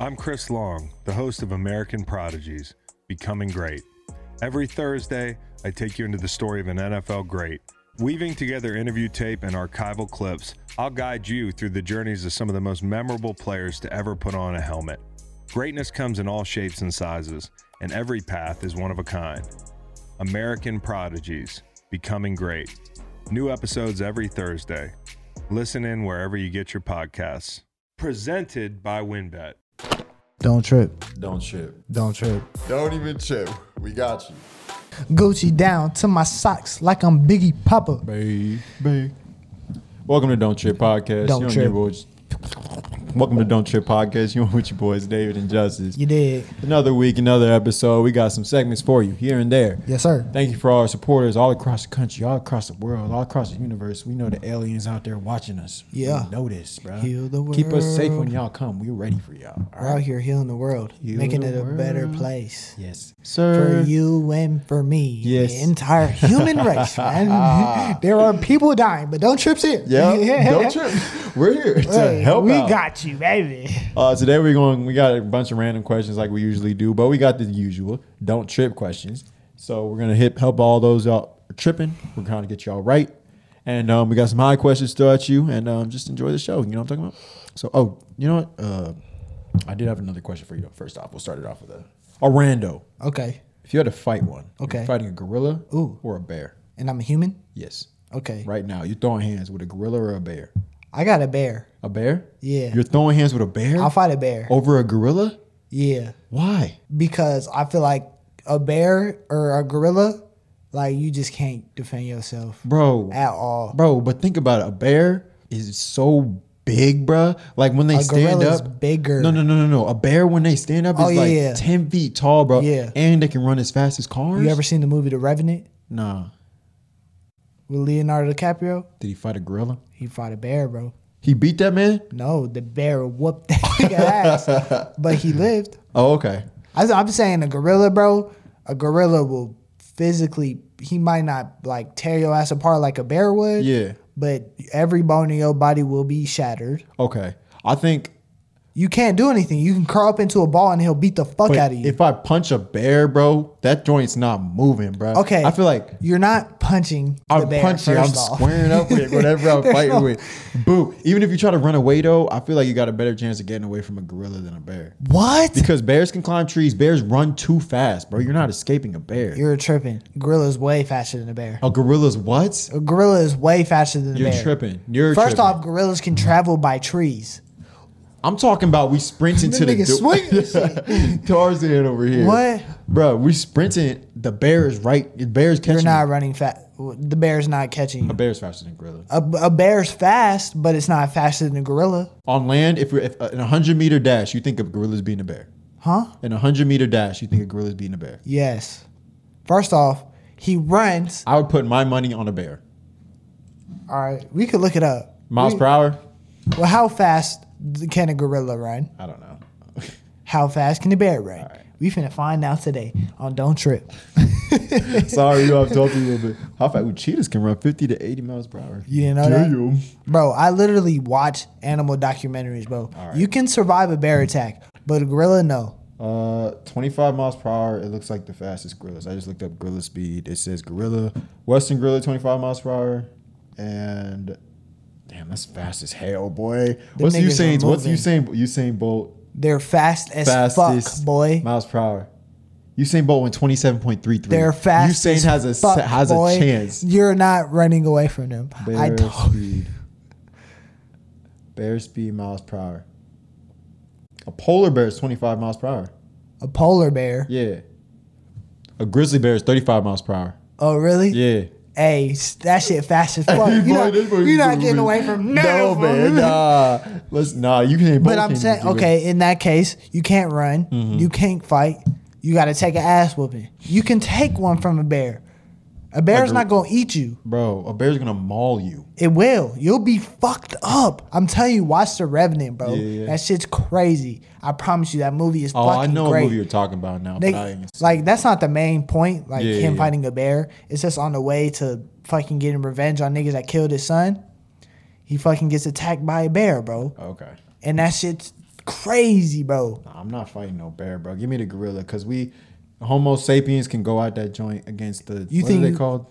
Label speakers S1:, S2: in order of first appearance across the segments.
S1: I'm Chris Long, the host of American Prodigies Becoming Great. Every Thursday, I take you into the story of an NFL great. Weaving together interview tape and archival clips, I'll guide you through the journeys of some of the most memorable players to ever put on a helmet. Greatness comes in all shapes and sizes, and every path is one of a kind. American Prodigies Becoming Great. New episodes every Thursday. Listen in wherever you get your podcasts. Presented by WinBet.
S2: Don't trip.
S3: Don't trip.
S2: Don't trip.
S4: Don't even chip. We got you.
S2: Gucci down to my socks like I'm Biggie Papa.
S3: Babe. Welcome to Don't Trip Podcast.
S2: Don't
S3: you and
S2: Trip.
S3: your boys- Welcome to Don't Trip Podcast. You and with your boys, David and Justice.
S2: You did.
S3: Another week, another episode. We got some segments for you here and there.
S2: Yes, sir.
S3: Thank you for all our supporters all across the country, all across the world, all across the universe. We know the aliens out there watching us.
S2: Yeah.
S3: We know this, bro.
S2: Heal the
S3: Keep us safe
S2: world.
S3: when y'all come. We're ready for y'all. All
S2: We're out here healing the world,
S3: Heal
S2: making
S3: the
S2: it a better
S3: world.
S2: place.
S3: Yes.
S2: For
S3: Sir.
S2: you and for me,
S3: Yes.
S2: the entire human race, man. there are people dying, but don't trip here.
S3: Yeah. Don't trip. We're here to
S2: Hey,
S3: help
S2: we
S3: out.
S2: got you, baby.
S3: Uh, today we're going. We got a bunch of random questions like we usually do, but we got the usual don't trip questions. So we're gonna hit help all those out tripping. We're trying to get y'all right, and um, we got some high questions to at you, and um, just enjoy the show. You know what I'm talking about? So, oh, you know what? Uh, I did have another question for you. First off, we'll start it off with a a rando.
S2: Okay,
S3: If you had to fight one, you're
S2: Okay.
S3: fighting a gorilla
S2: Ooh.
S3: or a bear,
S2: and I'm a human.
S3: yes,
S2: Okay,
S3: right now you're throwing hands with a gorilla or a bear.
S2: I got a bear.
S3: A bear?
S2: Yeah.
S3: You're throwing hands with a bear
S2: I'll fight a bear.
S3: over a gorilla?
S2: Yeah.
S3: Why?
S2: because I feel like a bear or a gorilla, like you just can't defend yourself
S3: bro.
S2: at all.
S3: Bro, but think about it. A bear is so big, bro. Like when they
S2: A
S3: stand
S2: gorilla's
S3: up,
S2: bigger.
S3: No, no, no, no, no. A bear when they stand up
S2: Oh,
S3: is
S2: yeah,
S3: like
S2: yeah.
S3: ten feet tall, bro.
S2: Yeah.
S3: and they can run as fast as cars.
S2: You ever seen the movie The Revenant
S3: Nah.
S2: with Leonardo DiCaprio?
S3: Did he fight a gorilla?
S2: He fought a bear, bro.
S3: He beat that man.
S2: No, the bear whooped that nigga ass, but he lived.
S3: Oh, okay.
S2: I, am saying a gorilla, bro. A gorilla will physically. He might not like tear your ass apart like a bear would.
S3: Yeah.
S2: But every bone in your body will be shattered.
S3: Okay. I think
S2: You can't do anything. You can curl up into a ball and he'll beat the fuck
S3: but
S2: out of you.
S3: if I punch a bear, bro, that joint's not moving, bro.
S2: Okay.
S3: I feel like
S2: You're not punching. the
S3: I'm
S2: bear,
S3: punching. I'm
S2: first off.
S3: squaring up with whatever I'm
S2: There's
S3: fighting
S2: no-
S3: with. Boo. Even if you try to run away though, I feel like you got a better chance of getting away from a gorilla than a bear.
S2: What?
S3: Because bears can climb trees. Bears run too fast, bro. You're not escaping a bear.
S2: You're tripping. Gorilla's way faster than a bear.
S3: a gorilla's what?
S2: A gorilla is way faster than a
S3: You're
S2: bear.
S3: tripping. You're
S2: First
S3: tripping.
S2: off, gorillas can travel by trees.
S3: I'm talking about we sprinting to the
S2: Them niggas
S3: do- Tarzan over here.
S2: What?
S3: bro? We sprinting. The bear is right. The bear is catching.
S2: You're not
S3: you.
S2: running fast. The bear's not catching.
S3: A
S2: you.
S3: bear's faster than a gorilla.
S2: A, a bear's fast, but it's not faster than a gorilla,
S3: On land, if we're if, uh, in a hundred meter dash, you think of gorillas being a bear.
S2: huh?
S3: In a hundred meter dash, you think of gorillas being a bear.
S2: Yes. First off, he runs.
S3: I would put my money on a bear.
S2: All right, we could look it up.
S3: Miles
S2: We-
S3: per hour?
S2: Well, how fast can a gorilla run?
S3: I don't know.
S2: How fast can the bear run? We finna find out today on Don't Trip.
S3: Sorry, you have talked a little bit. How fast? Ooh, cheetahs can run 50 to 80 miles per hour.
S2: You didn't know that?
S3: Damn.
S2: Bro, I literally watch animal documentaries, bro. You can survive a bear attack, but a gorilla, no.
S3: Uh, 25 miles per hour. It looks like the fastest gorillas. I just looked up gorilla speed. It says gorilla, Western gorilla, 25 miles per hour, and damn, that's fast as hell, boy. What's
S2: niggas are
S3: Usain's? What's
S2: moving.
S3: Usain? Usain Bolt
S2: They're fast as
S3: fastest
S2: fuck, boy.
S3: miles per hour. Usain Bolt went 27.33.
S2: They're fast.
S3: Usain
S2: as
S3: has a
S2: fuck,
S3: has
S2: boy.
S3: a chance.
S2: You're not running away from them. I
S3: Bear
S2: told
S3: speed. Bear speed miles per hour. A polar bear is 25 miles per hour.
S2: a polar bear.
S3: Yeah. A grizzly bear is 35 miles per hour.
S2: Oh, really?
S3: Yeah.
S2: Hey, s- that shit fast as fuck. you're not, you're not getting away from none
S3: no
S2: of them.
S3: man. Nah, let's nah. You can't. Mm-hmm.
S2: But I'm saying, okay, in that case, you can't run, you can't fight, you got to take an ass whooping. You can take one from a bear. A bear's
S3: gor-
S2: not gonna eat you.
S3: bro. A bear's gonna maul you.
S2: It will. You'll be fucked up. I'm telling you, watch The Revenant, bro.
S3: Yeah, yeah.
S2: That shit's crazy. I promise you, that movie is
S3: Oh, I
S2: fucking
S3: know
S2: great.
S3: a movie you're talking about now.
S2: They-
S3: but I ain't seen
S2: like that's not the main point. Like
S3: Yeah,
S2: him
S3: yeah.
S2: fighting a bear. It's just on the way to fucking getting revenge on niggas that killed his son. He fucking gets attacked by a bear, bro.
S3: it. okay.
S2: and that shit's crazy, bro.
S3: I'm not fighting no bear, bro. Give me the gorilla, because we Homo sapiens can go out that joint against the.
S2: You
S3: what
S2: think
S3: are they
S2: you-
S3: called?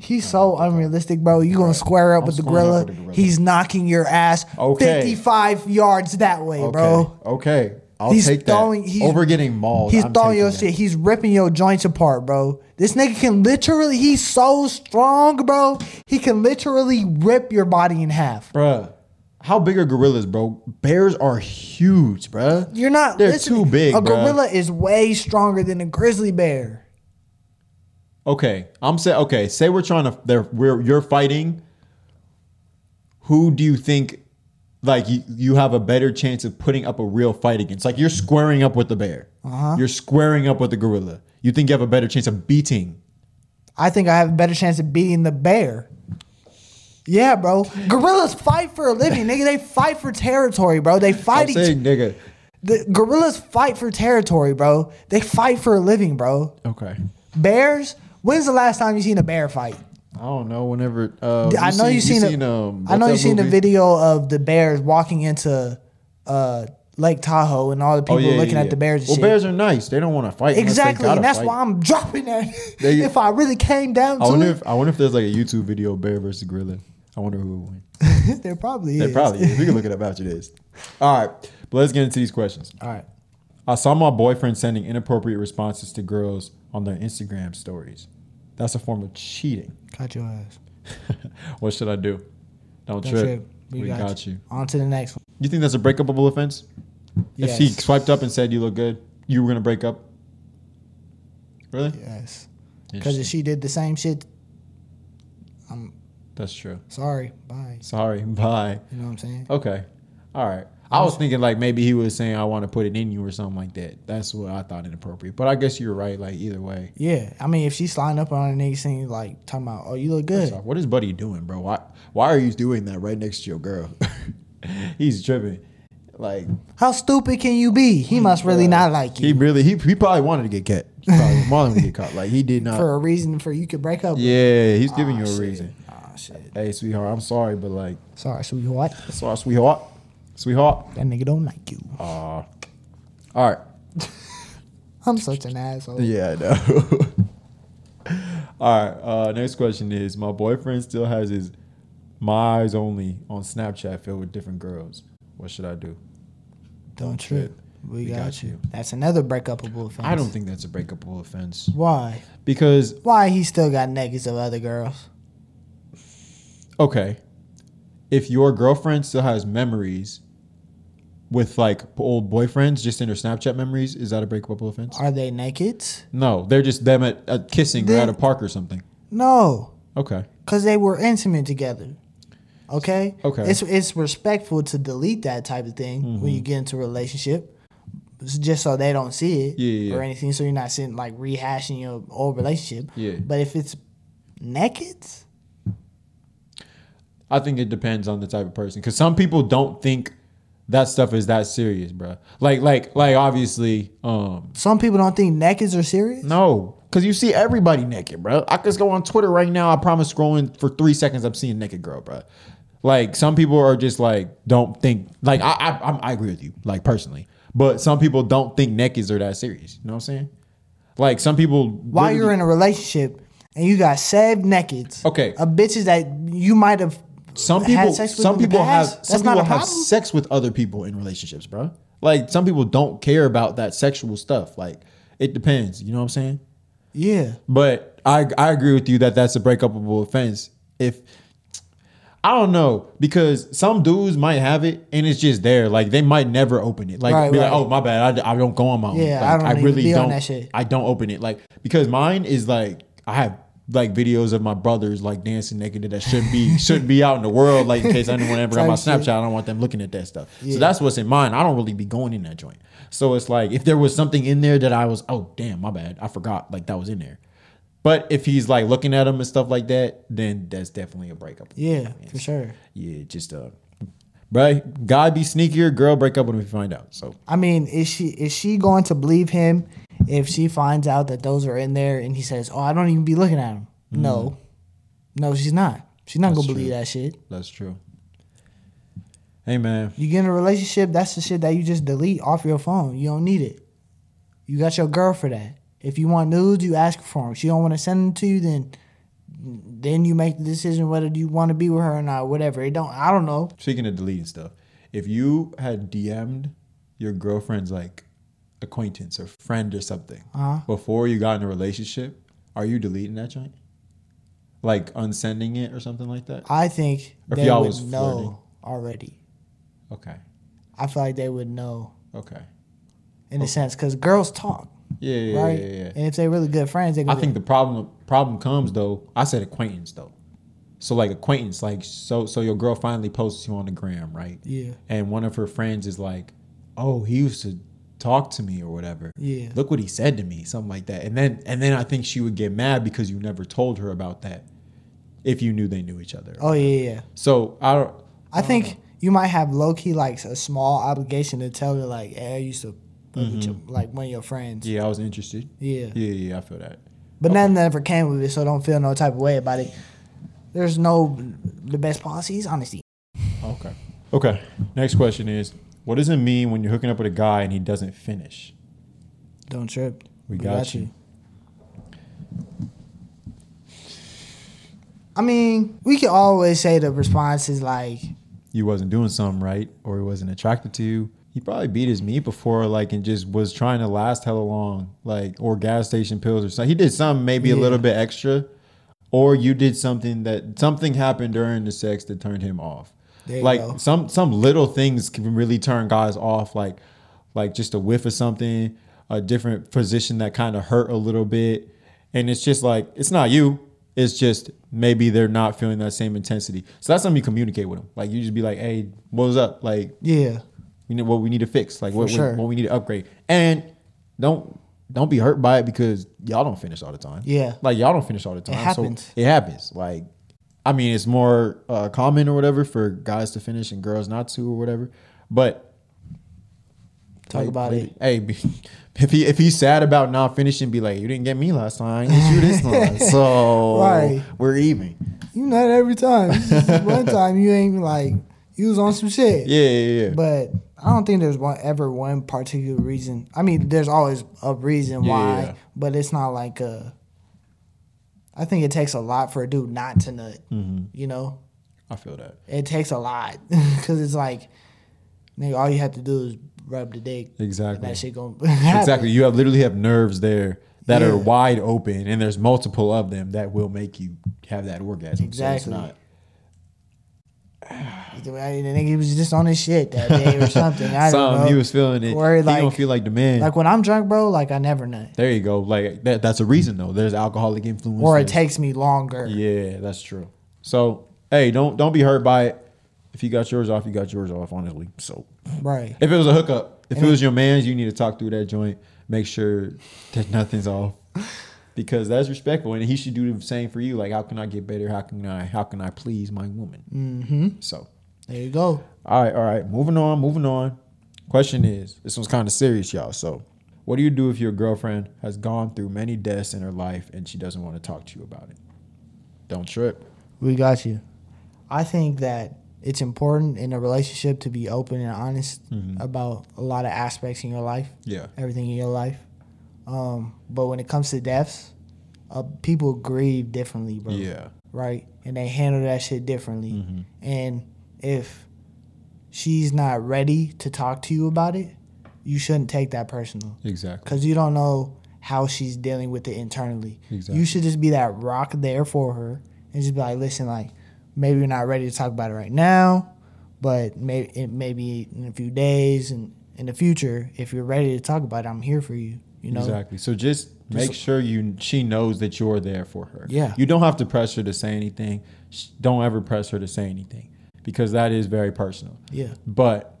S2: He's so unrealistic, bro. You gonna square up
S3: I'm
S2: with the
S3: squaring up
S2: gorilla.
S3: with the gorilla.
S2: He's knocking your ass
S3: Okay.
S2: 55 yards that way,
S3: Okay,
S2: bro.
S3: okay. I'll
S2: He's
S3: take that.
S2: throwing- he's-
S3: Over getting mauled.
S2: He's
S3: I'm
S2: throwing your
S3: taking
S2: shit. He's ripping your joints apart, bro. This nigga can literally. He's so strong, bro. He can literally rip your body in half.
S3: Bruh, how big are gorillas, bro? Bears are huge, bruh.
S2: You're not.
S3: They're
S2: listening.
S3: too big,
S2: A
S3: bruh.
S2: gorilla is way stronger than a grizzly bear.
S3: Okay, I'm say okay. Say we're trying to. They're we're you're fighting. Who do you think, like you, you have a better chance of putting up a real fight against? Like you're squaring up with the bear.
S2: Uh-huh.
S3: You're squaring up with the gorilla. You think you have a better chance of beating?
S2: I think I have a better chance of beating the bear. Yeah, bro. Gorillas fight for a living, nigga. They fight for territory, bro. They fight
S3: I'm
S2: each.
S3: saying, nigga.
S2: The gorillas fight for territory, bro. They fight for a living, bro.
S3: Okay.
S2: Bears. When's the last time you seen a bear fight?
S3: I don't know. Whenever uh,
S2: I know you seen. a-
S3: um,
S2: I
S3: what's
S2: know you
S3: that
S2: seen the
S3: movie?
S2: video of the bears walking into uh, Lake Tahoe and all
S3: Oh,
S2: the people looking at the bears. And
S3: Well,
S2: shit.
S3: bears are nice. They don't want to fight. unless they
S2: Exactly,
S3: gotta
S2: and that's
S3: fight.
S2: why I'm dropping that.
S3: They-
S2: if I really came down
S3: I
S2: to
S3: wonder
S2: it,
S3: if I wonder if there's like a YouTube video of bear versus gorilla. I wonder who would win.
S2: there probably
S3: There
S2: is.
S3: probably is. We can look it up after this. All right, but let's get into these questions.
S2: All right.
S3: I saw my boyfriend sending inappropriate responses to girls on their Instagram stories. That's a form of cheating.
S2: Cut your ass.
S3: what should I do? Don't,
S2: Don't
S3: trip.
S2: trip.
S3: We, got, you. you.
S2: On to the next one.
S3: think that's a breakupable offense? If she
S2: Yes.
S3: swiped up and said you look good, you were gonna break up. Really?
S2: Yes. Because
S3: Interesting.
S2: if she did the same shit, I'm
S3: that's true.
S2: sorry. Bye.
S3: Sorry. Bye.
S2: You know what I'm saying?
S3: Okay. All right. I was thinking like maybe he was saying I want to put it in you or something like that. That's what I thought inappropriate. But I guess you're right. Like either way,
S2: Yeah. I mean, if she's sliding up on a nigga saying, like, talking about, oh, you look good.
S3: So, what is Buddy doing, bro? Why why are you doing that right next to your girl? He's tripping. Like
S2: How stupid can you be? He must really not like
S3: he
S2: you.
S3: really he, he probably wanted to get caught. He probably wanted to get caught. Like he did not.
S2: for a reason for you could break up. with.
S3: yeah, he's giving
S2: Aw,
S3: you a
S2: shit.
S3: reason.
S2: Aw, shit.
S3: Hey, sweetheart, I'm sorry, but like
S2: Sorry, sweetheart.
S3: sorry, sweetheart, sweetheart.
S2: That nigga don't like you.
S3: All right.
S2: I'm such an asshole.
S3: Yeah, I know. All right. Uh, next question is: My boyfriend still has his my eyes only on Snapchat filled with different girls. What should I do?
S2: Don't trip. We, got,
S3: got
S2: you.
S3: you.
S2: That's another breakupable offense.
S3: I don't think that's a breakable offense
S2: Why?
S3: because
S2: Why he still got niggas of other girls?
S3: okay, if your girlfriend still has memories with like old boyfriends just in her Snapchat memories, is that a breakable offense?
S2: Are they naked?
S3: no, they're just them at, at kissing or
S2: Then-
S3: at a park or something.
S2: No.
S3: Okay.
S2: Cause they were intimate together. Okay.
S3: Okay. Mm-hmm.
S2: It's it's respectful to delete that type of thing when you get into a relationship, It's just so they don't see it
S3: Yeah, yeah,
S2: or
S3: yeah.
S2: anything. So you're not sitting like rehashing your old relationship.
S3: Yeah.
S2: But if it's naked,
S3: I think it depends on the type of person because some people don't think that stuff is that serious, bro. Like, like, like, obviously, um,
S2: some people don't think nakeds are serious.
S3: no, because you see everybody naked, bro. I could go on Twitter right now. I promise, scrolling for three seconds, I'm seeing naked girl, bro. Like, some people are just like don't think. Like, I, I, I'm- I agree with you, like personally, but some people don't think nakeds are that serious. You know what I'm saying? Like, some people
S2: While
S3: literally-
S2: you're in a relationship and you got saved nakeds,
S3: Okay.
S2: of bitches that you might have
S3: some
S2: had
S3: people
S2: sex with
S3: some
S2: in the
S3: people have
S2: past,
S3: some
S2: that's
S3: people
S2: not a
S3: have
S2: problem?
S3: sex with other people in relationships, bro. Like some people don't care about that sexual stuff. Like it depends, you know what I'm saying?
S2: yeah.
S3: But I I agree with you that that's a breakupable offense. If I don't know because some dudes might have it and it's just there. Like they might never open it. Like
S2: Right,
S3: be like,
S2: right.
S3: oh my bad, I, I don't go on my own.
S2: Yeah, I
S3: Like,
S2: don't even be on that shit.
S3: I don't open it. Like because mine is like I have like videos of my brothers like dancing naked that shouldn't be shouldn't be out in the world. Like in case anyone ever got my
S2: Type
S3: Snapchat,
S2: shit.
S3: I don't want them looking at that stuff. So that's what's in mine. I don't really be going in that joint. So it's like if there was something in there that I was oh damn my bad I forgot like that was in there. But if he's like looking at them and stuff like that, then that's definitely a breakup.
S2: Yeah, for sure.
S3: Yeah, just uh, but guy be sneakier, girl break up with him if you find out. So
S2: I mean, is she is she going to believe him if she finds out that those are in there and he says, "Oh, I don't even be looking at him." No, no, she's not. She's not gonna
S3: Mm. true.
S2: believe that shit.
S3: that's true. Hey man,
S2: You get in a relationship, that's the shit that you just delete off your phone. You don't need it. You got your girl for that. If you want nudes, you ask her for them. She don't want to send them to you, then then you make the decision whether you want to be with her or not. Whatever. It don't. I don't know.
S3: speaking of deleting stuff, if you had DM'd your girlfriend's like acquaintance or friend or something
S2: Uh-huh.
S3: before you got in a relationship, are you deleting that joint? Like unsending it or something like that?
S2: I think
S3: Or if
S2: they
S3: y'all
S2: would
S3: was
S2: know
S3: flirting.
S2: already.
S3: Okay.
S2: I feel like they would know
S3: Okay.
S2: in a sense because girls talk,
S3: Yeah, Oh. yeah,
S2: right?
S3: yeah, yeah, yeah.
S2: And if they're really good friends, they.
S3: I think the problem problem comes though. I said acquaintance though. So like acquaintance, like so so your girl finally posts you on the gram, right?
S2: Yeah.
S3: And one of her friends is like, "Oh, he used to talk to me or whatever.
S2: Yeah.
S3: Look what he said to me, something like that." And then and then I think she would get mad because you never told her about that. If you knew they knew each other.
S2: Oh yeah, yeah.
S3: So I don't.
S2: I think you might have low key like a small obligation to tell her like, hey, I used to fuck with your, like one of your friends.
S3: Mm-hmm. Yeah, I was interested.
S2: Yeah.
S3: Yeah, yeah, I feel that.
S2: But nothing ever came with it, so don't feel no type of way about it. There's no the best policy is honesty.
S3: Okay. Okay. Next question is, what does it mean when you're hooking up with a guy and he doesn't finish?
S2: Don't trip.
S3: We got you.
S2: I mean, we can always say the response is like,
S3: you wasn't doing something right or he wasn't attracted to you. He probably beat his meat before, like, and just was trying to last hella long, like, or gas station pills or something. He did something maybe a
S2: Yeah.
S3: little bit extra, or you did something that something happened during the sex that turned him off.
S2: There you
S3: like
S2: go.
S3: some some little things can really turn guys off, like like just a whiff of something, a different position that kind of hurt a little bit, and it's just like it's not you. It's just maybe they're not feeling that same intensity. So that's something you communicate with them. Like you just be like, "Hey, what was up? Like
S2: yeah,
S3: we know what we need to fix, like what,
S2: sure.
S3: what we need to upgrade, and don't don't be hurt by it because y'all don't finish all the time.
S2: Yeah.
S3: like y'all don't finish all the time.
S2: happens.
S3: So it happens. Like, I mean, it's more uh, common or whatever for guys to finish and girls not to or whatever. But
S2: talk
S3: like,
S2: about
S3: maybe-
S2: it.
S3: Hey, be, if he if he's sad about not finishing, be like, you didn't get me last time. It's you this time, so
S2: Right.
S3: we're even.
S2: You know that every time. It's just one time you ain't like you was on some shit.
S3: Yeah, yeah, yeah.
S2: But I don't think there's one ever one particular reason. I mean, there's always a reason
S3: Yeah,
S2: why,
S3: yeah.
S2: but it's not like a. I think it takes a lot for a dude not to nut.
S3: Mm-hmm.
S2: You know,
S3: I feel that.
S2: it takes a lot because it's like, nigga, all you have to do is rub the dick.
S3: Exactly.
S2: That shit gonna happen.
S3: Exactly. You have literally have nerves there that
S2: Yeah.
S3: are wide open, and there's multiple of them that will make you have that orgasm.
S2: Exactly.
S3: So it's not.
S2: The nigga he was just on his shit that day or something. I don't
S3: Some
S2: know.
S3: he was feeling it.
S2: Or
S3: he
S2: like-
S3: don't feel like the man.
S2: like when I'm drunk, bro. Like I never nut,
S3: there you go. Like that, that's a reason though. There's alcoholic influence.
S2: or it
S3: There's-
S2: takes me longer.
S3: Yeah, that's true. So hey, don't don't be hurt by it. If you got yours off, you got yours off. Honestly, so
S2: Right.
S3: if it was a hookup, if it was your man's, you need to talk through that joint. Make sure that nothing's off. Because that's respectful, and he should do the same for you. Like, how can I get better? How can I? How can I please my woman? Mm-hmm. So,
S2: There you go.
S3: all right, all right. Moving on, moving on. Question is, this one's kind of serious, y'all. So, what do you do if your girlfriend has gone through many deaths in her life and she doesn't want to talk to you about it? Don't trip.
S2: We got you. I think that it's important in a relationship to be open and honest about a lot of aspects in your life,
S3: Yeah.
S2: everything in your life. Um, but when it comes to deaths, uh, people grieve differently, bro.
S3: Yeah.
S2: Right? And they handle that shit differently. And if she's not ready to talk to you about it, you shouldn't take that personal
S3: Exactly.
S2: because you don't know how she's dealing with it internally.
S3: Exactly.
S2: You should just be that rock there for her and just be like, listen, like maybe we're not ready to talk about it right now, but maybe it maybe in a few days and in the future, if you're ready to talk about it, I'm here for you. You know,
S3: Exactly. So just make sure you she knows that you're there for her.
S2: Yeah.
S3: You don't have to press her to say anything. Sh- Don't ever press her to say anything because that is very personal.
S2: Yeah.
S3: But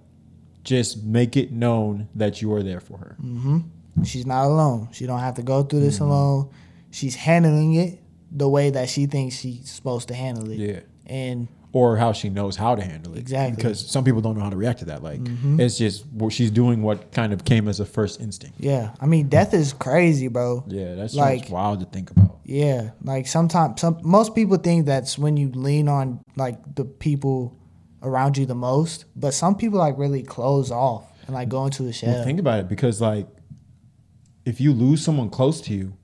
S3: just make it known that you are there for her.
S2: she's not alone. She don't have to go through this
S3: Mm-hmm.
S2: alone. She's handling it the way that she thinks she's supposed to handle it.
S3: Yeah.
S2: And
S3: Or how she knows how to handle it.
S2: Exactly. Mm-hmm.
S3: Because some people don't know how to react to that. Like it's just well, she's doing what kind of came as a first instinct.
S2: yeah, I mean, death is crazy, bro.
S3: Yeah, that's
S2: Like-
S3: like wild to think about.
S2: Yeah, like sometimes some most people think that's when you lean on like the people around you the most. But some people like really close off and like go into a shell.
S3: Well, think about it because like if you lose someone close to you,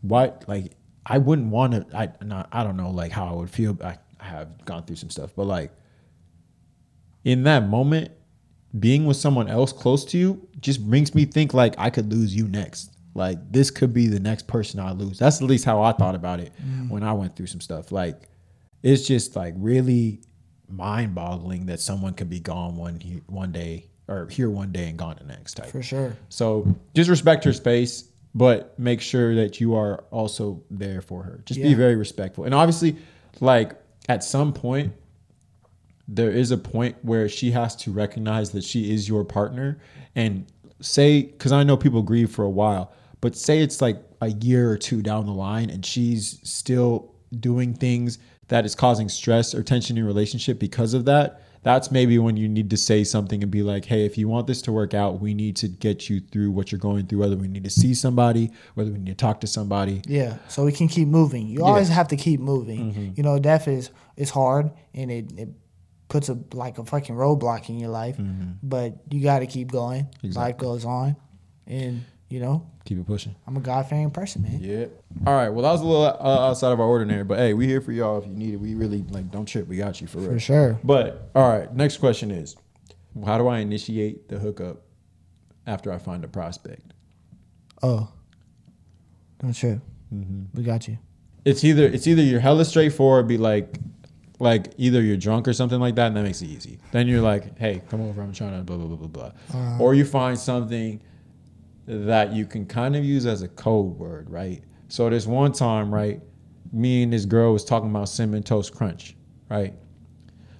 S3: what like I wouldn't want to. I not I don't know like how I would feel. I, I have gone through some stuff, but like in that moment, being with someone else close to you just makes me think like I could lose you next. Like this could be the next person I lose. That's at least how I thought about it when I went through some stuff. Like it's just like really mind boggling that someone could be gone one he- one day or here one day and gone the next type.
S2: For sure.
S3: So just respect her space, but make sure that you are also there for her. Just be
S2: Yeah.
S3: very respectful. And obviously, like at some point, there is a point where she has to recognize that she is your partner and say, because I know people grieve for a while, but say it's like a year or two down the line and she's still doing things that is causing stress or tension in your relationship because of that. That's maybe when you need to say something and be like, hey, if you want this to work out, we need to get you through what you're going through, whether we need to see somebody, whether we need to talk to somebody.
S2: Yeah, so we can keep moving. You always have to keep moving. You know, death is it's hard and it, it puts a like a fucking roadblock in your life, but you got to keep going. Life goes on, and you know,
S3: Keep it pushing.
S2: I'm a God fearing person, man.
S3: Yep. All right. Well, that was a little uh, outside of our ordinary, but hey, we here for y'all if you need it. We really like don't trip. We got you for real.
S2: For sure.
S3: But all right, next question is, how do I initiate the hookup after I find a prospect?
S2: Oh, don't trip. We got you.
S3: It's either it's either you're hella straightforward, be like, like either you're drunk or something like that, and that makes it easy. Then you're like, hey, come over. I'm trying to blah blah blah blah blah. or you find something that you can kind of use as a code word, right? So this one time, right, me and this girl was talking about cinnamon toast crunch, right?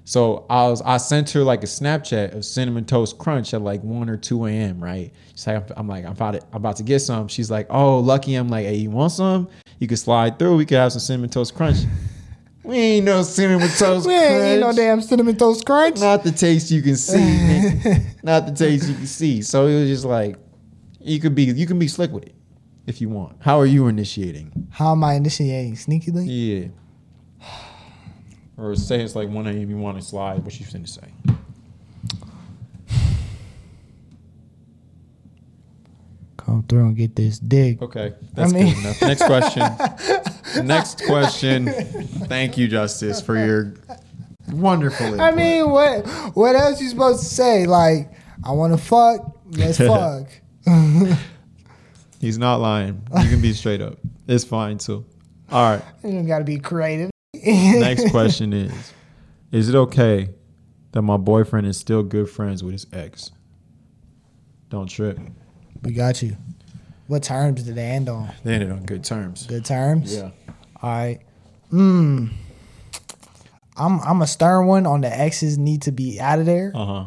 S3: So I was I sent her like a Snapchat of cinnamon toast crunch at like one or two a.m. Right? She's like, I'm like, I'm about to, I'm about to get some. She's like, Oh, lucky. I'm like, Hey, you want some? You could slide through. We could have some cinnamon toast crunch. we ain't no cinnamon toast.
S2: We
S3: crunch.
S2: ain't eat no damn cinnamon toast crunch.
S3: Not the taste you can see. nigga. Not the taste you can see. So it was just like you could be you can be slick with it if you want. How are you initiating?
S2: How am I initiating sneakily?
S3: Yeah. Or say it's like one AM you want to slide, what you finna say?
S2: Come through and get this dig.
S3: Okay. That's
S2: mean-
S3: good enough. Next question. Next question. Thank you, Justice, for your wonderful input.
S2: I mean, what what else you supposed to say? Like, I want to fuck. Let's fuck.
S3: He's not lying. You can be straight up. It's fine too. All right.
S2: You got to be creative.
S3: Next question is Is it okay that my boyfriend is still good friends with his ex? Don't trip.
S2: We got you. What terms did they end on?
S3: They ended on good terms.
S2: Good terms.
S3: Yeah.
S2: All right. Mm. I'm I'm a stern one on the exes need to be out of there.
S3: Uh huh.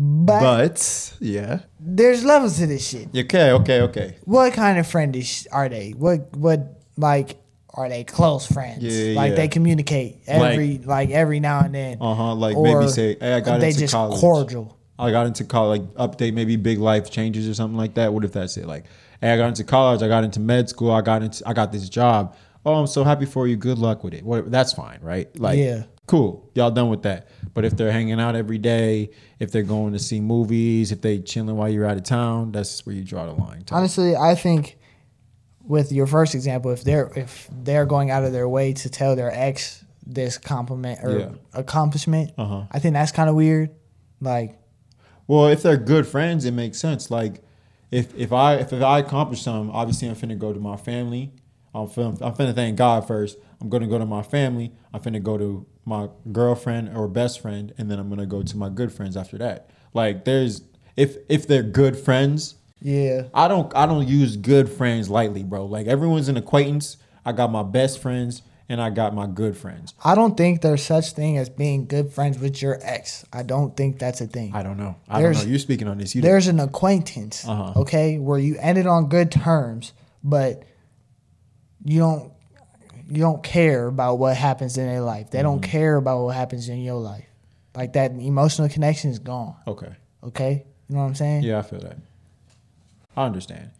S2: But,
S3: But, yeah.
S2: there's levels to this shit.
S3: Okay, okay, okay.
S2: What kind of friend is, are they? What what like are they close friends?
S3: Yeah,
S2: like
S3: yeah.
S2: they communicate every like, every now and then.
S3: Uh huh. Like maybe say, hey, I got
S2: they
S3: into
S2: just
S3: college.
S2: cordial.
S3: I got into college, like update maybe big life changes or something like that. What if that's it? Like, hey, I got into college, I got into med school, I got into, I got this job. Oh, I'm so happy for you. Good luck with it. Whatever. That's fine, right? Like,
S2: Yeah.
S3: cool. Y'all done with that. But if they're hanging out every day, if they're going to see movies, if they chilling while you're out of town, that's where you draw the line. Type.
S2: Honestly, I think with your first example, if they're if they're going out of their way to tell their ex this compliment or
S3: Yeah.
S2: accomplishment,
S3: Uh-huh.
S2: I think that's kind of weird. Like,
S3: Well, if they're good friends, it makes sense. Like, if if I if, if I accomplish something, obviously I'm finna go to my family. I'm finna, I'm finna thank God first. I'm gonna go to my family. I'm finna go to my girlfriend or best friend, and then I'm gonna go to my good friends after that. Like, there's if if they're good friends,
S2: yeah,
S3: I don't I don't use good friends lightly, bro. Like everyone's an acquaintance. I got my best friends and I got my good friends.
S2: I don't think there's such thing as being good friends with your ex. I don't think that's a thing.
S3: I don't know. I
S2: There's-
S3: don't know. You're speaking on this. You
S2: there's an acquaintance,
S3: Uh-huh.
S2: okay, where you ended on good terms, but you don't you don't care about what happens in their life. They
S3: Mm-hmm.
S2: don't care about what happens in your life. Like that emotional connection is gone.
S3: okay.
S2: Okay, you know what I'm saying?
S3: Yeah, I feel that. I understand.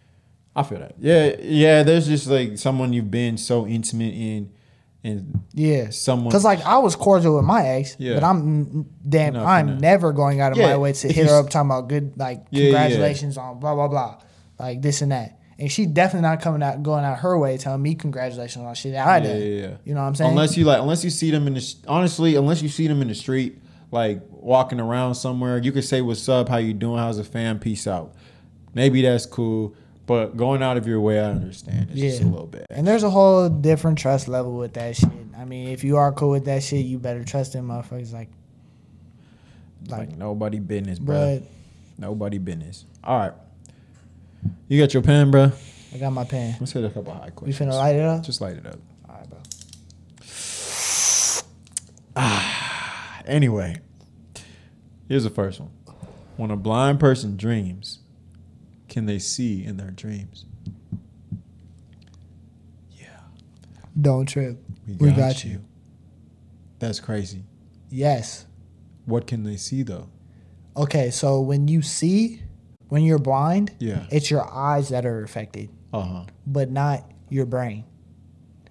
S3: I feel that. Yeah, yeah. There's just like someone you've been so intimate in, and
S2: Yeah,
S3: Someone-
S2: Because like I was cordial with my ex,
S3: Yeah.
S2: but I'm damn,
S3: No, for
S2: I'm
S3: now.
S2: never going out of my
S3: Yeah,
S2: way to
S3: if
S2: hit
S3: you
S2: her
S3: s-
S2: up talking about good like
S3: Yeah, yeah.
S2: congratulations on blah blah blah, like this and that. And she definitely not coming out going out her way telling me congratulations on shit that I
S3: yeah,
S2: did.
S3: yeah, yeah.
S2: You know what I'm saying?
S3: Unless you like, unless you see them in the sh- honestly, unless you see them in the street, like walking around somewhere, you could say what's up, how you doing, how's the fam, peace out. Maybe that's cool, but going out of your way, I understand. It's just a
S2: Yeah.
S3: little bit.
S2: and there's a whole different trust level with that shit. I mean, if you are cool with that shit, you better trust them motherfuckers. Like, like,
S3: Like nobody business, bro.
S2: but
S3: Nobody business. All right, you got your pen, bro.
S2: I got my pen.
S3: Let's hit a couple high
S2: We
S3: questions.
S2: finna light it up.
S3: Just light it up.
S2: All right, bro.
S3: Anyway, here's the first one. When a blind person dreams, can they see in their dreams? Yeah.
S2: Don't trip.
S3: We
S2: got you.
S3: That's crazy.
S2: Yes.
S3: What can they see though?
S2: Okay, so when you see, when you're blind,
S3: Yeah.
S2: it's your eyes that are affected,
S3: Uh huh.
S2: but not your brain.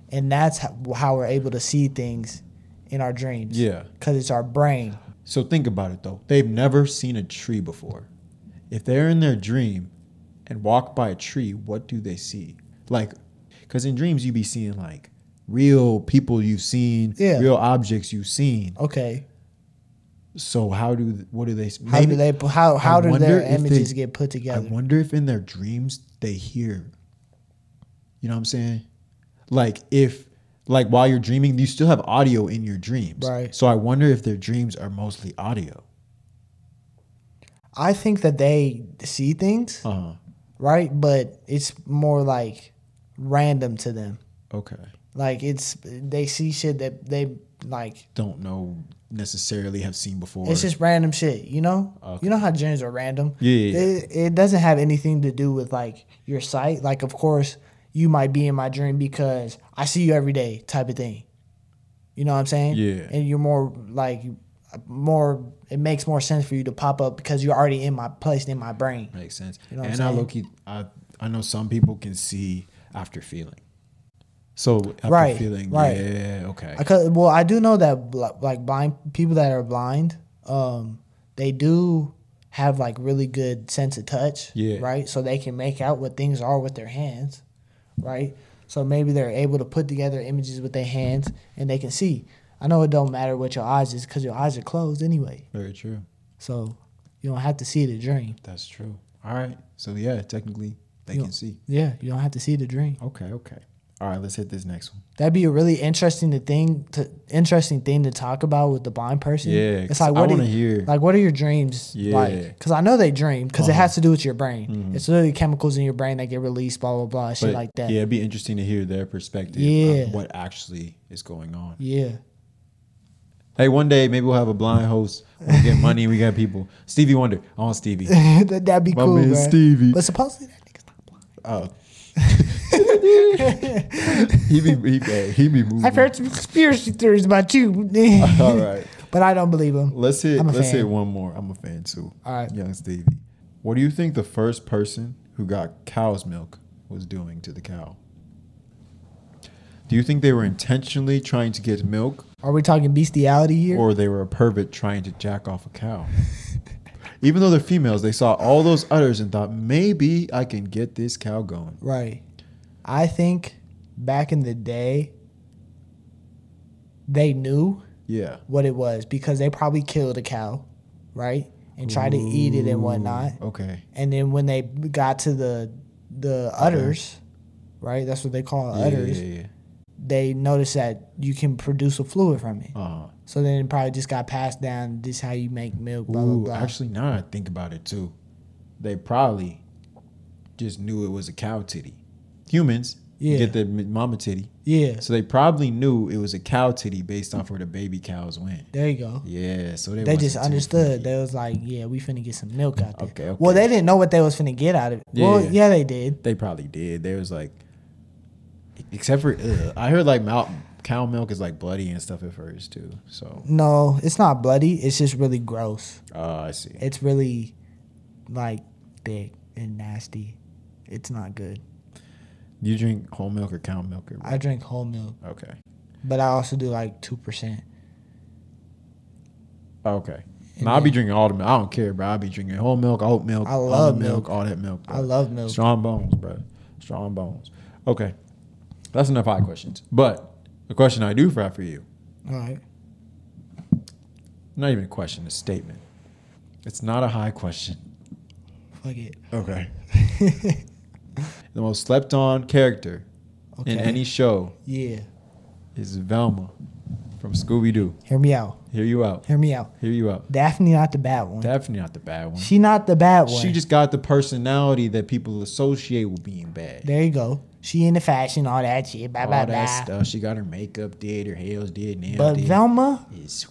S2: And that's how, how we're able to see things in our dreams.
S3: Yeah.
S2: Because it's our brain.
S3: So think about it though. They've never seen a tree before. If they're in their dream and walk by a tree, what do they see? Like, because in dreams you be seeing like real people you've seen,
S2: Yeah.
S3: real objects you've seen.
S2: Okay.
S3: So how do what do they?
S2: How
S3: maybe-
S2: do they, how, how do
S3: wonder
S2: their
S3: if they-
S2: images get put
S3: I
S2: together?
S3: wonder if in their dreams they hear. You know what I'm saying? Like if like while you're dreaming, you still have audio in your dreams.
S2: Right.
S3: So I wonder if their dreams are mostly audio.
S2: I think that they see things,
S3: Uh-huh.
S2: right? But it's more like random to them.
S3: Okay.
S2: Like it's, they see shit that they like
S3: Don't know necessarily have seen before.
S2: It's just random shit, you know. You know how dreams are random.
S3: Yeah, yeah, yeah.
S2: It, it doesn't have anything to do with like your sight. Like, of course, you might be in my dream because I see you every day, type of thing. You know what I'm saying?
S3: Yeah.
S2: And you're more like more. It makes more sense for you to pop up because you're already in my place in my brain.
S3: makes sense.
S2: know what I'm
S3: and I
S2: saying?
S3: low key I I know some people can see after feeling. So after
S2: Right,
S3: feeling,
S2: right.
S3: yeah, okay.
S2: I cou- well, I do know that bl- like blind people that are blind, um, they do have like really good sense of touch.
S3: Yeah.
S2: Right. So they can make out what things are with their hands. Right. So maybe they're able to put together images with their hands and they can see. I know it don't matter what your eyes is because your eyes are closed anyway.
S3: Very true.
S2: So you don't have to see the dream.
S3: That's true. All right. So yeah, technically they
S2: You
S3: can
S2: don't-
S3: see.
S2: Yeah, you don't have to see the dream.
S3: Okay, okay. All right, let's hit this next one.
S2: That'd be a really interesting to thing to interesting thing to talk about with the blind person.
S3: Yeah,
S2: it's
S3: 'cause
S2: like
S3: I
S2: what do
S3: wanna
S2: you-
S3: hear-
S2: like what are your dreams
S3: Yeah.
S2: like? Because I know they dream because it
S3: Uh-huh.
S2: has to do with your brain. It's literally chemicals in your brain that get released, blah blah blah, shit
S3: But,
S2: like that.
S3: Yeah,
S2: Yeah,
S3: it'd be interesting to hear their perspective
S2: Yeah.
S3: of what actually is going on. Hey, one day maybe we'll have a blind host. We get money, we got people. Stevie Wonder. I want Stevie.
S2: That- that'd be
S3: My
S2: cool,
S3: man
S2: bro.
S3: Stevie.
S2: But supposedly that nigga's not blind.
S3: Oh. he be he, hey, he be moving.
S2: I've heard some conspiracy theories about you.
S3: All right.
S2: but I don't believe him.
S3: Let's hit
S2: I'm a
S3: let's
S2: fan.
S3: hit one more. I'm a fan too.
S2: All right.
S3: Young Stevie. What do you think the first person who got cow's milk was doing to the cow? Do you think they were intentionally trying to get milk
S2: Are we talking bestiality here?
S3: or they were a pervert trying to jack off a cow. Even though they're females, they saw all those udders and thought maybe I can get this cow going.
S2: Right. I think back in the day, they knew
S3: Yeah.
S2: what it was because they probably killed a cow, right? And tried to eat it and whatnot.
S3: Okay.
S2: And then when they got to the the udders, right? That's what they call
S3: Yeah,
S2: udders.
S3: Yeah, yeah,
S2: They noticed that you can produce a fluid from it.
S3: yeah. Uh-huh.
S2: So then it probably just got passed down. This is how you make milk. Blah
S3: Ooh,
S2: blah blah.
S3: actually, now that I think about it too, they probably just knew it was a cow titty. Humans
S2: Yeah.
S3: get the m- mama titty,
S2: yeah.
S3: so they probably knew it was a cow titty based off where the baby cows went.
S2: There you go.
S3: Yeah, so they
S2: Mm. They just
S3: wasn't too
S2: understood.
S3: freaky.
S2: They was like, yeah, we finna get some milk out there.
S3: Okay, okay.
S2: Well, they didn't know what they was finna get out of it. Well,
S3: Yeah.
S2: yeah, they did.
S3: They probably did. They was like, except for ugh. I heard like mount, cow milk is like bloody and stuff at first too. So
S2: No, it's not bloody. It's just really gross.
S3: uh, I see.
S2: It's really like thick and nasty. It's not good.
S3: You drink whole milk or cow milk? Or
S2: I drink whole milk,
S3: okay.
S2: but I also do like two percent.
S3: Okay. Now I be drinking all the milk. I don't care, bro. I be drinking whole milk, oat milk,
S2: I love
S3: almond
S2: milk.
S3: all that milk. Bro.
S2: I love milk.
S3: Strong bones, bro. Strong bones. Okay, that's enough high questions. But the question I do have for you,
S2: All right.
S3: not even a question, a statement. It's not a high question.
S2: Fuck it.
S3: Okay. the most slept on character
S2: Okay.
S3: in any show
S2: yeah.
S3: is Velma from Scooby Doo.
S2: Hear me out.
S3: Hear you out.
S2: Hear me out.
S3: Hear you out.
S2: Daphne not the bad one.
S3: Definitely not the bad one.
S2: she not the bad one.
S3: She just got the personality that people associate with being bad.
S2: There you go. She in the fashion, all that shit. Blah
S3: all
S2: blah
S3: that
S2: blah.
S3: stuff. She got her makeup did, her nails did, nails
S2: But
S3: did.
S2: Velma
S3: is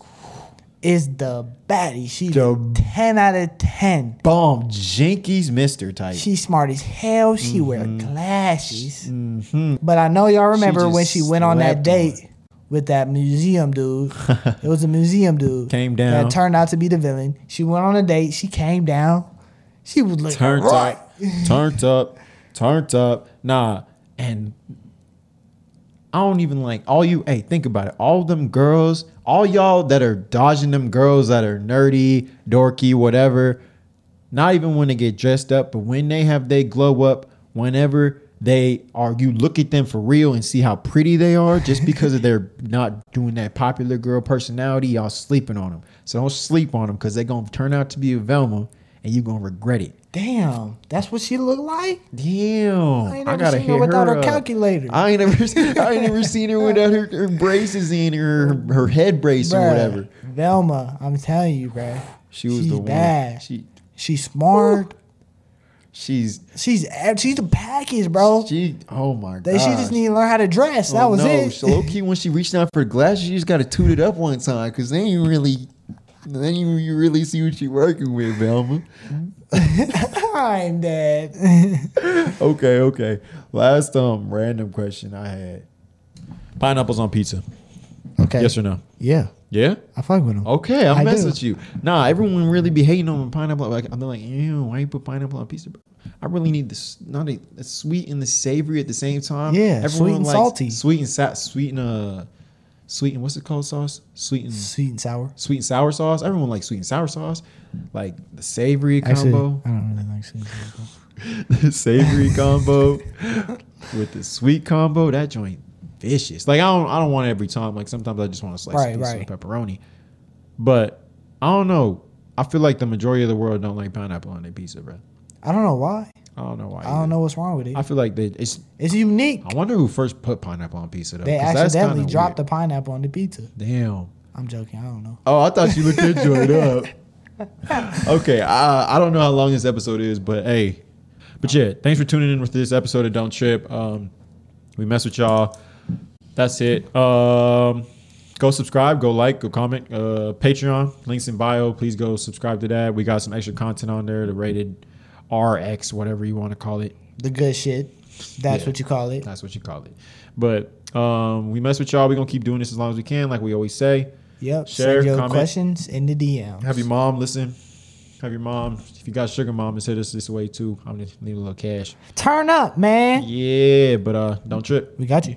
S2: is the baddie. She
S3: The-
S2: ten out of ten.
S3: bomb jinkies, Mister type.
S2: She smart as hell. She
S3: Mm-hmm.
S2: wear glasses. But I know y'all remember
S3: just
S2: when she went on that
S3: slept on
S2: date with that museum dude. it was a museum dude.
S3: Came down.
S2: That turned out to be the villain. She went on a date. She came down. She was looking
S3: turned
S2: right.
S3: up, turned up, turned up. Nah, and I don't even like all you. Hey, think about it. All them girls, all y'all that are dodging them girls that are nerdy, dorky, whatever. Not even when they get dressed up, but when they have they glow up. Whenever they are, you look at them for real and see how pretty they are. Just because of they're not doing that popular girl personality, y'all sleeping on them. So don't sleep on them because they're gonna turn out to be a Velma, and you're gonna regret it.
S2: Damn, that's what she looked like. I
S3: Damn, I,
S2: ain't never
S3: gotta
S2: seen her
S3: hit her
S2: without her
S3: up.
S2: calculator.
S3: I ain't never, I ain't never seen her without her, her braces in or her, her head brace or
S2: Bruh,
S3: whatever.
S2: Velma, I'm telling you, bruh.
S3: She was
S2: she's
S3: the one.
S2: Bad.
S3: She,
S2: she's smart.
S3: she's,
S2: She's ev- she's the package, bro.
S3: she. Oh my
S2: they,
S3: god.
S2: she just need to learn how to dress.
S3: Oh,
S2: that was it.
S3: So low key, when she reached out for glasses, she just gotta toot it up one time because then you really, then you, you really see what you're working with, Velma.
S2: I'm dead.
S3: Okay, okay. Last um random question I had: pineapples on pizza?
S2: okay.
S3: Yes or no?
S2: Yeah,
S3: Yeah.
S2: I fuck with him.
S3: Okay,
S2: I
S3: I'm messing
S2: do.
S3: with you. Nah, everyone really be hating on pineapple. Like I'm like, ew, why you put pineapple on pizza? bro? I really need this, not a, the sweet and the savory at the same time.
S2: Yeah,
S3: everyone
S2: sweet and
S3: likes
S2: salty.
S3: sweet and sa- sweet and uh, sweet and what's it called sauce? Sweet and
S2: Sweet and sour.
S3: sweet and sour sauce. Everyone likes sweet and sour sauce, like the savory
S2: Actually,
S3: combo,
S2: I don't really like sweet and sour. sauce.
S3: the savory combo with the sweet combo. That joint vicious. Like I don't, I don't want it every time. Like sometimes I just want to slice
S2: Right,
S3: a piece
S2: right.
S3: of pepperoni. But I don't know. I feel like the majority of the world don't like pineapple on their pizza, bro.
S2: I don't know why.
S3: I don't know why.
S2: I don't know what's wrong with it.
S3: I feel like they. It's.
S2: It's unique.
S3: I wonder who first put pineapple on pizza though.
S2: They
S3: 'cause that's
S2: accidentally
S3: kinda
S2: dropped the
S3: weird.
S2: pineapple on the pizza.
S3: Damn.
S2: I'm joking. I don't know.
S3: Oh, I thought you looked that joint up. Okay, I I don't know how long this episode is, but hey, but yeah, thanks for tuning in with this episode of Don't Trip. Um, we mess with y'all. That's it. Um, go subscribe, go like, go comment. Uh, Patreon links in bio. Please go subscribe to that. We got some extra content on there, the rated RX, whatever you want to call it.
S2: The good shit. That's
S3: Yeah.
S2: what you call it.
S3: That's what you call it. But um, we mess with y'all. We're gonna keep doing this as long as we can, like we always say.
S2: Yep.
S3: Share,
S2: Send your
S3: comment.
S2: questions in the DM.
S3: Have your mom listen. Have your mom. If you got sugar mamas, hit us this way too. I'm gonna leave a little cash.
S2: Turn up, man.
S3: Yeah, but uh, don't trip.
S2: We got you.